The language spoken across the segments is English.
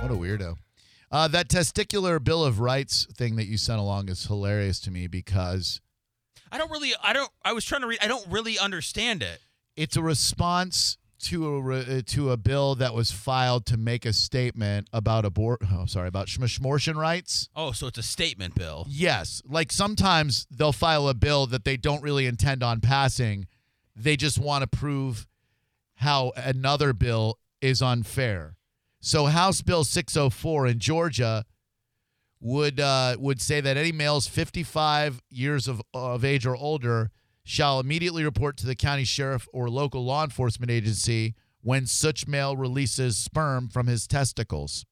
What a weirdo. Uh, that testicular Bill of Rights thing that you sent along is hilarious to me because I don't really. I don't. I was trying to read. I don't really understand it. it's a response to a re- uh, to a bill that was filed to make a statement about abort. Oh, sorry, about schmishmortion rights. Oh, so it's a statement bill. Yes, like sometimes they'll file a bill that they don't really intend on passing. They just want to prove how another bill is unfair. So House Bill 604 in Georgia would uh, would say that any males 55 years of, of age or older shall immediately report to the county sheriff or local law enforcement agency when such male releases sperm from his testicles.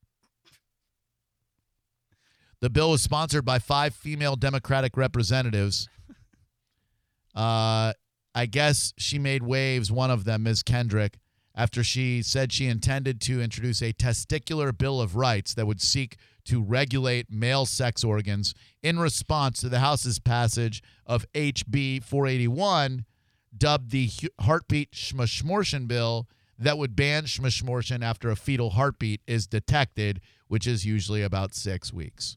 The bill was sponsored by five female Democratic representatives. Uh, I guess she made waves, one of them, Ms. Kendrick, after she said she intended to introduce a testicular bill of rights that would seek to regulate male sex organs in response to the House's passage of HB 481, dubbed the Hu- Heartbeat Schmishmortion Bill, that would ban schmishmortion after a fetal heartbeat is detected, which is usually about six weeks.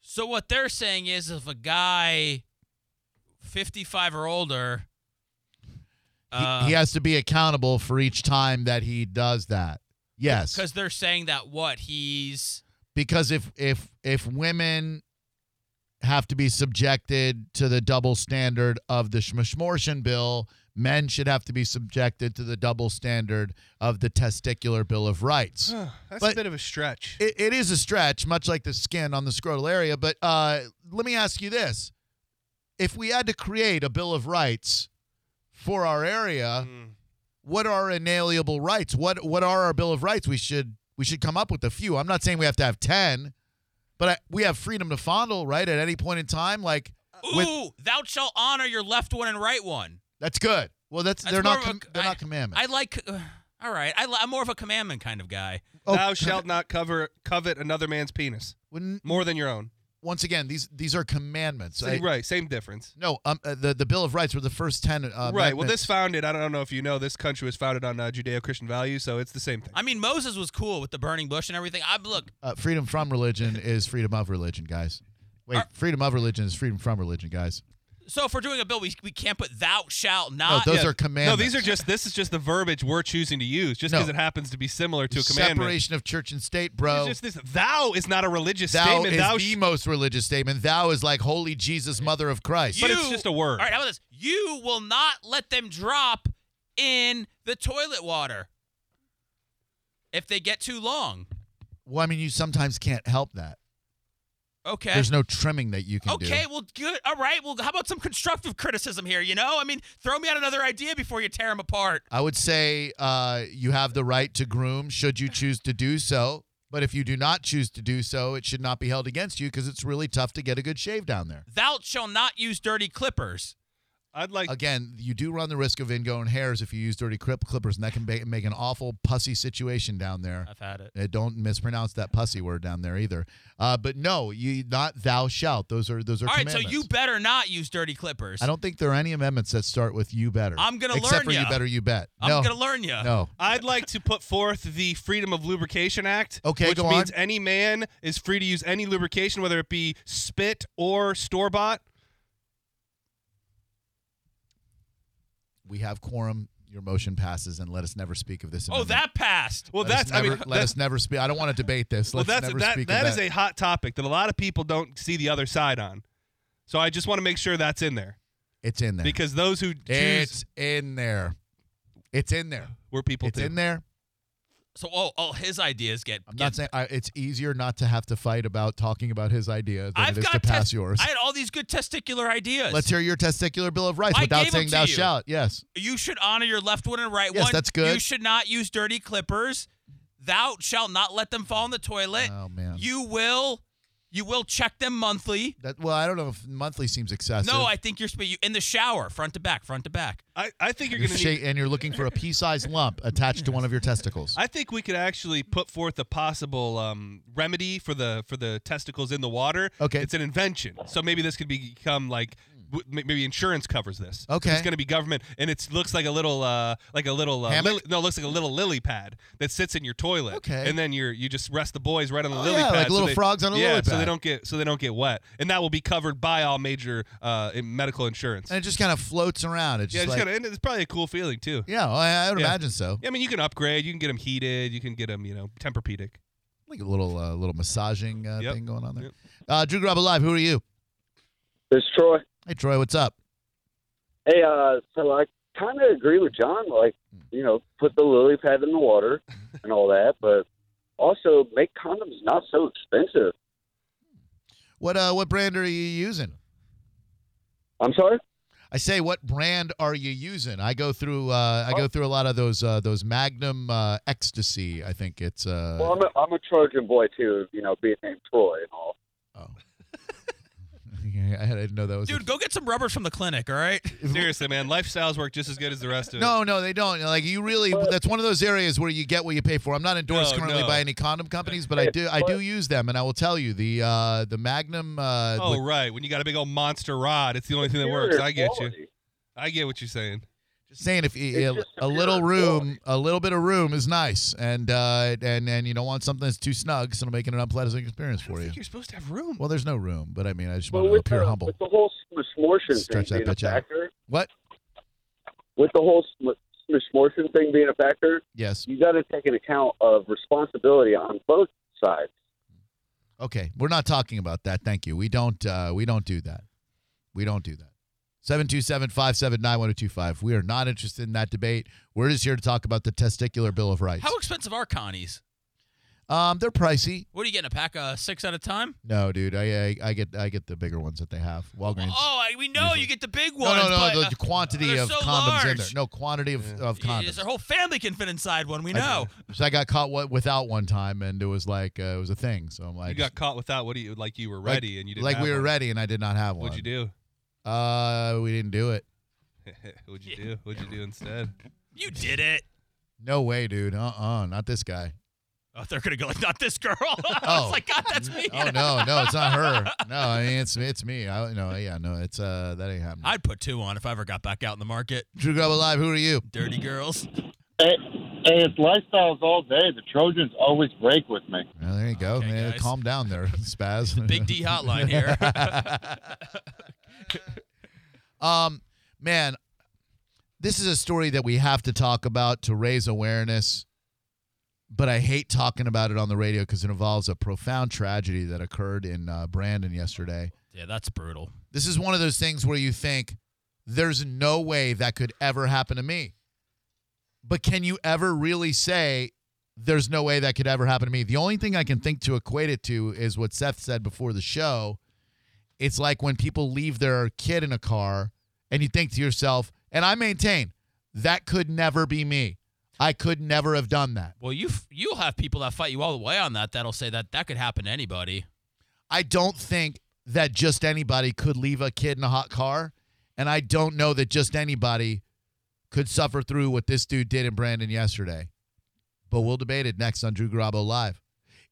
So what they're saying is, if a guy, fifty-five or older, He- uh, he has to be accountable for each time that he does that. Yes, because they're saying that what he's because if if if women have to be subjected to the double standard of the Schmishmortion bill, men should have to be subjected to the double standard of the testicular bill of rights. That's But- a bit of a stretch. It, it is a stretch, much like the skin on the scrotal area. But uh, let me ask you this: If we had to create a bill of rights for our area, Mm. what are inalienable rights? What what are our bill of rights? We should we should come up with a few. I'm not saying we have to have ten, but I, we have freedom to fondle, right? At any point in time, like ooh, Uh, with- thou shalt honor your left one and right one. that's good. Well, that's, That's they're more not of a- com- they're I- not commandments. I like. Uh, all right, I, li- I'm more of a commandment kind of guy. Oh, Thou shalt not cover covet another man's penis When- more than your own. once again, these these are commandments. I- Same- right, same difference. no, um, uh, the the Bill of Rights were the first ten. Uh, right. Well, amendments. this founded. I don't know if you know. This country was founded on uh, Judeo-Christian values, so it's the same thing. I mean, Moses was cool with the burning bush and everything. I look, Uh, freedom from religion is freedom of religion, guys. Wait, Are- freedom of religion is freedom from religion, guys. so if we're doing a bill, we, we can't put thou shalt No, not. those yeah. are no, commandments. these are just. This is just the verbiage we're choosing to use, just No. because it happens to be similar to a commandment. separation of church and state, bro. It's just this. Thou is not a religious Thou statement. is Thou the sh- most religious statement. Thou is like holy Jesus, Mother of Christ. but it's just a word. All right, how about this? You will not let them drop in the toilet water if they get too long. well, I mean, you sometimes can't help that. Okay. There's no trimming that you can do. okay, well, good. All right. Well, how about some constructive criticism here? You know, I mean, throw me out another idea before you tear them apart. I would say uh, you have the right to groom should you choose to do so. But if you do not choose to do so, it should not be held against you because it's really tough to get a good shave down there. Thou shalt not use dirty clippers. I'd like. Again, you do run the risk of ingoing hairs if you use dirty clip clippers, and that can ba- make an awful pussy situation down there. I've had it. Uh, don't mispronounce that pussy word down there either. Uh, but no, you not thou shalt. Those are those are. All right, so commandments. you better not use dirty clippers. I don't think there are any amendments that start with "you better." I'm gonna except learn for ya. you better. You bet. I'm no, gonna learn Oh, you. no. I'd like to put forth the Freedom of Lubrication Act, Okay, which go means on. any man is free to use any lubrication, whether it be spit or store bought. We have quorum. Your motion passes, and let us never speak of this. Oh, amendment. that passed. Well, Let us that's I mean never- let that's- us never speak. I don't want to debate this. well Let's that's never that speak that of is a hot topic that a lot of people don't see the other side on. So I just want to make sure that's in there It's in there. because those who choose it's in there. It's in there. were people It's too. in there. So oh, oh, his ideas get. I'm get- not saying I, it's easier not to have to fight about talking about his idea than I've it is got to pass tes- yours. I had all these good testicular ideas. Let's hear your testicular bill of rights I without gave 'em saying to thou you. shalt. Yes. you should honor your left one and right Yes, one. that's good. You should not use dirty clippers. Thou shalt not let them fall in the toilet. Oh man. you will, you will check them monthly. that well, I don't know if monthly seems excessive. No, I think you're sp- you, in the shower, front to back, front to back. I, I think you're You're going to sha- need and you're looking for a pea-sized lump attached to one of your testicles. I think we could actually put forth a possible um, remedy for the for the testicles in the water. Okay. It's an invention. So maybe this could become like w- may- maybe insurance covers this. Okay. It's going to be government, and it looks like a little, uh, like a little, uh, Hammock? lily, no, it looks like a little lily pad that sits in your toilet. Okay. And then you are you just rest the boys right on the Oh, lily yeah, pad, like so little they- frogs on a yeah, lily so they pad. don't get so they don't get wet, and that will be covered by all major uh, in- medical insurance. and it just kind of floats around. It's yeah, just it's, like, gonna, and it's probably a cool feeling too. yeah, well, I, I would Yeah. imagine so. Yeah, I mean, you can upgrade. You can get them heated. You can get them, you know, Tempur-Pedic. Like a little uh, little massaging uh, Yep. thing going on there. Yep. Uh, Drew Grubb Live, who are you? This is Troy. Hey, Troy, what's up? Hey, uh, so I kind of agree with John. Like, Hmm. you know, put the lily pad in the water and all that, but also make condoms not so expensive. What uh, what brand are you using? I'm sorry. I say, what brand are you using? I go through uh, I Oh. go through a lot of those uh, those Magnum uh, Ecstasy. I think it's uh, Well, I'm a, I'm a Trojan boy too. You know, being named Troy and all. oh. Yeah, I didn't know that was a- Dude, go get some rubbers from the clinic, all right? Seriously, man, lifestyles work just as good as the rest of it. No, no, they don't. Like you really, that's one of those areas where you get what you pay for. I'm not endorsed No, currently no. by any condom companies, but I do, I do use them, and I will tell you the uh, the Magnum. Uh, Oh with- right, when you got a big old monster rod, it's the only thing that works. I get you. I get what you're saying. just saying, if you- It's just a little pure room, quality. a little bit of room is nice, and uh, and and you don't want something that's too snug, so it'll make it an unpleasant experience for you. you're supposed to have room. Well, there's no room, but I mean, I just But want to with, appear the, humble. with the whole smortion thing Stretch that being a bitch out. factor, What? with the whole smortion thing being a factor, Yes. you got to take an account of responsibility on both sides. Okay. We're not talking about that. Thank you. We don't. Uh, we don't do that. We don't do that. 727-579-1025. We are not interested in that debate. We're just here to talk about the testicular bill of rights. How expensive are connies? um, they're pricey. What are you getting, a pack of six at a time? No, dude. I, I I get I get the bigger ones that they have. Walgreens. Oh, I, we know Usually. you get the big no, ones. no, no. but, The uh, quantity they're of so condoms in large. there. No quantity of, of y- condoms. yes, Our whole family can fit inside one. We know. So I got caught what without one time, and it was like uh, it was a thing. So I'm like, You got caught without what do you like? You were Like- ready and you didn't. like have we were one. ready, and I did not have one. What'd you do? do? Uh, we didn't do it. What'd you do? What'd you do instead? You did it. No way, dude. Uh uh not this guy. Oh, they're gonna go like, not this girl. I Oh. was like, God, that's me. Oh no, no, it's not her. No, I mean it's it's me. I no, yeah, no, it's uh that ain't happening. I'd put two on if I ever got back out in the market. Drew Grubb Live, who are you? Dirty girls. Hey, hey, it's lifestyles all day. The Trojans always break with me. Well, there you go. Okay, man, guys. calm down there, Spaz. Big D hotline here. um man, this is a story that we have to talk about to raise awareness. But I hate talking about it on the radio because it involves a profound tragedy that occurred in uh, Brandon yesterday. yeah, that's brutal. This is one of those things where you think there's no way that could ever happen to me. But can you ever really say there's no way that could ever happen to me? The only thing I can think to equate it to is what Seth said before the show. It's like when people leave their kid in a car and you think to yourself, and I maintain that could never be me. I could never have done that. Well, you f- you'll have people that fight you all the way on that. That'll say that that could happen to anybody. I don't think that just anybody could leave a kid in a hot car. And I don't know that just anybody could suffer through what this dude did in Brandon yesterday. But we'll debate it next on Drew Garabo Live.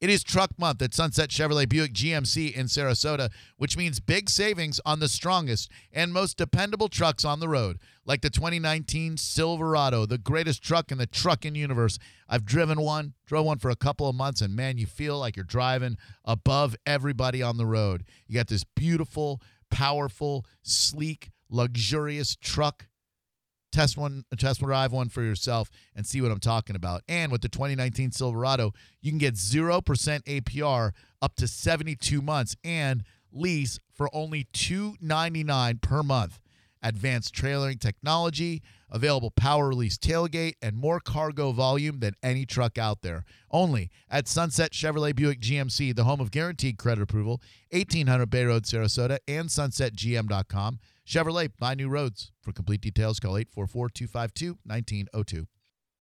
It is truck month at Sunset Chevrolet Buick GMC in Sarasota, which means big savings on the strongest and most dependable trucks on the road, like the 2019 Silverado, the greatest truck in the trucking universe. I've driven one, drove one for a couple of months, and man, you feel like you're driving above everybody on the road. You got this beautiful, powerful, sleek, luxurious truck test one test one drive one for yourself and see what I'm talking about. And with the 2019 Silverado, you can get 0% APR up to 72 months and lease for only 299 per month. Advanced trailering technology, available power release tailgate, and more cargo volume than any truck out there. Only at Sunset Chevrolet Buick GMC, the home of guaranteed credit approval, 1800 Bay Road, Sarasota, and sunsetgm.com. Chevrolet, buy new roads. For complete details, call 844 252 1902.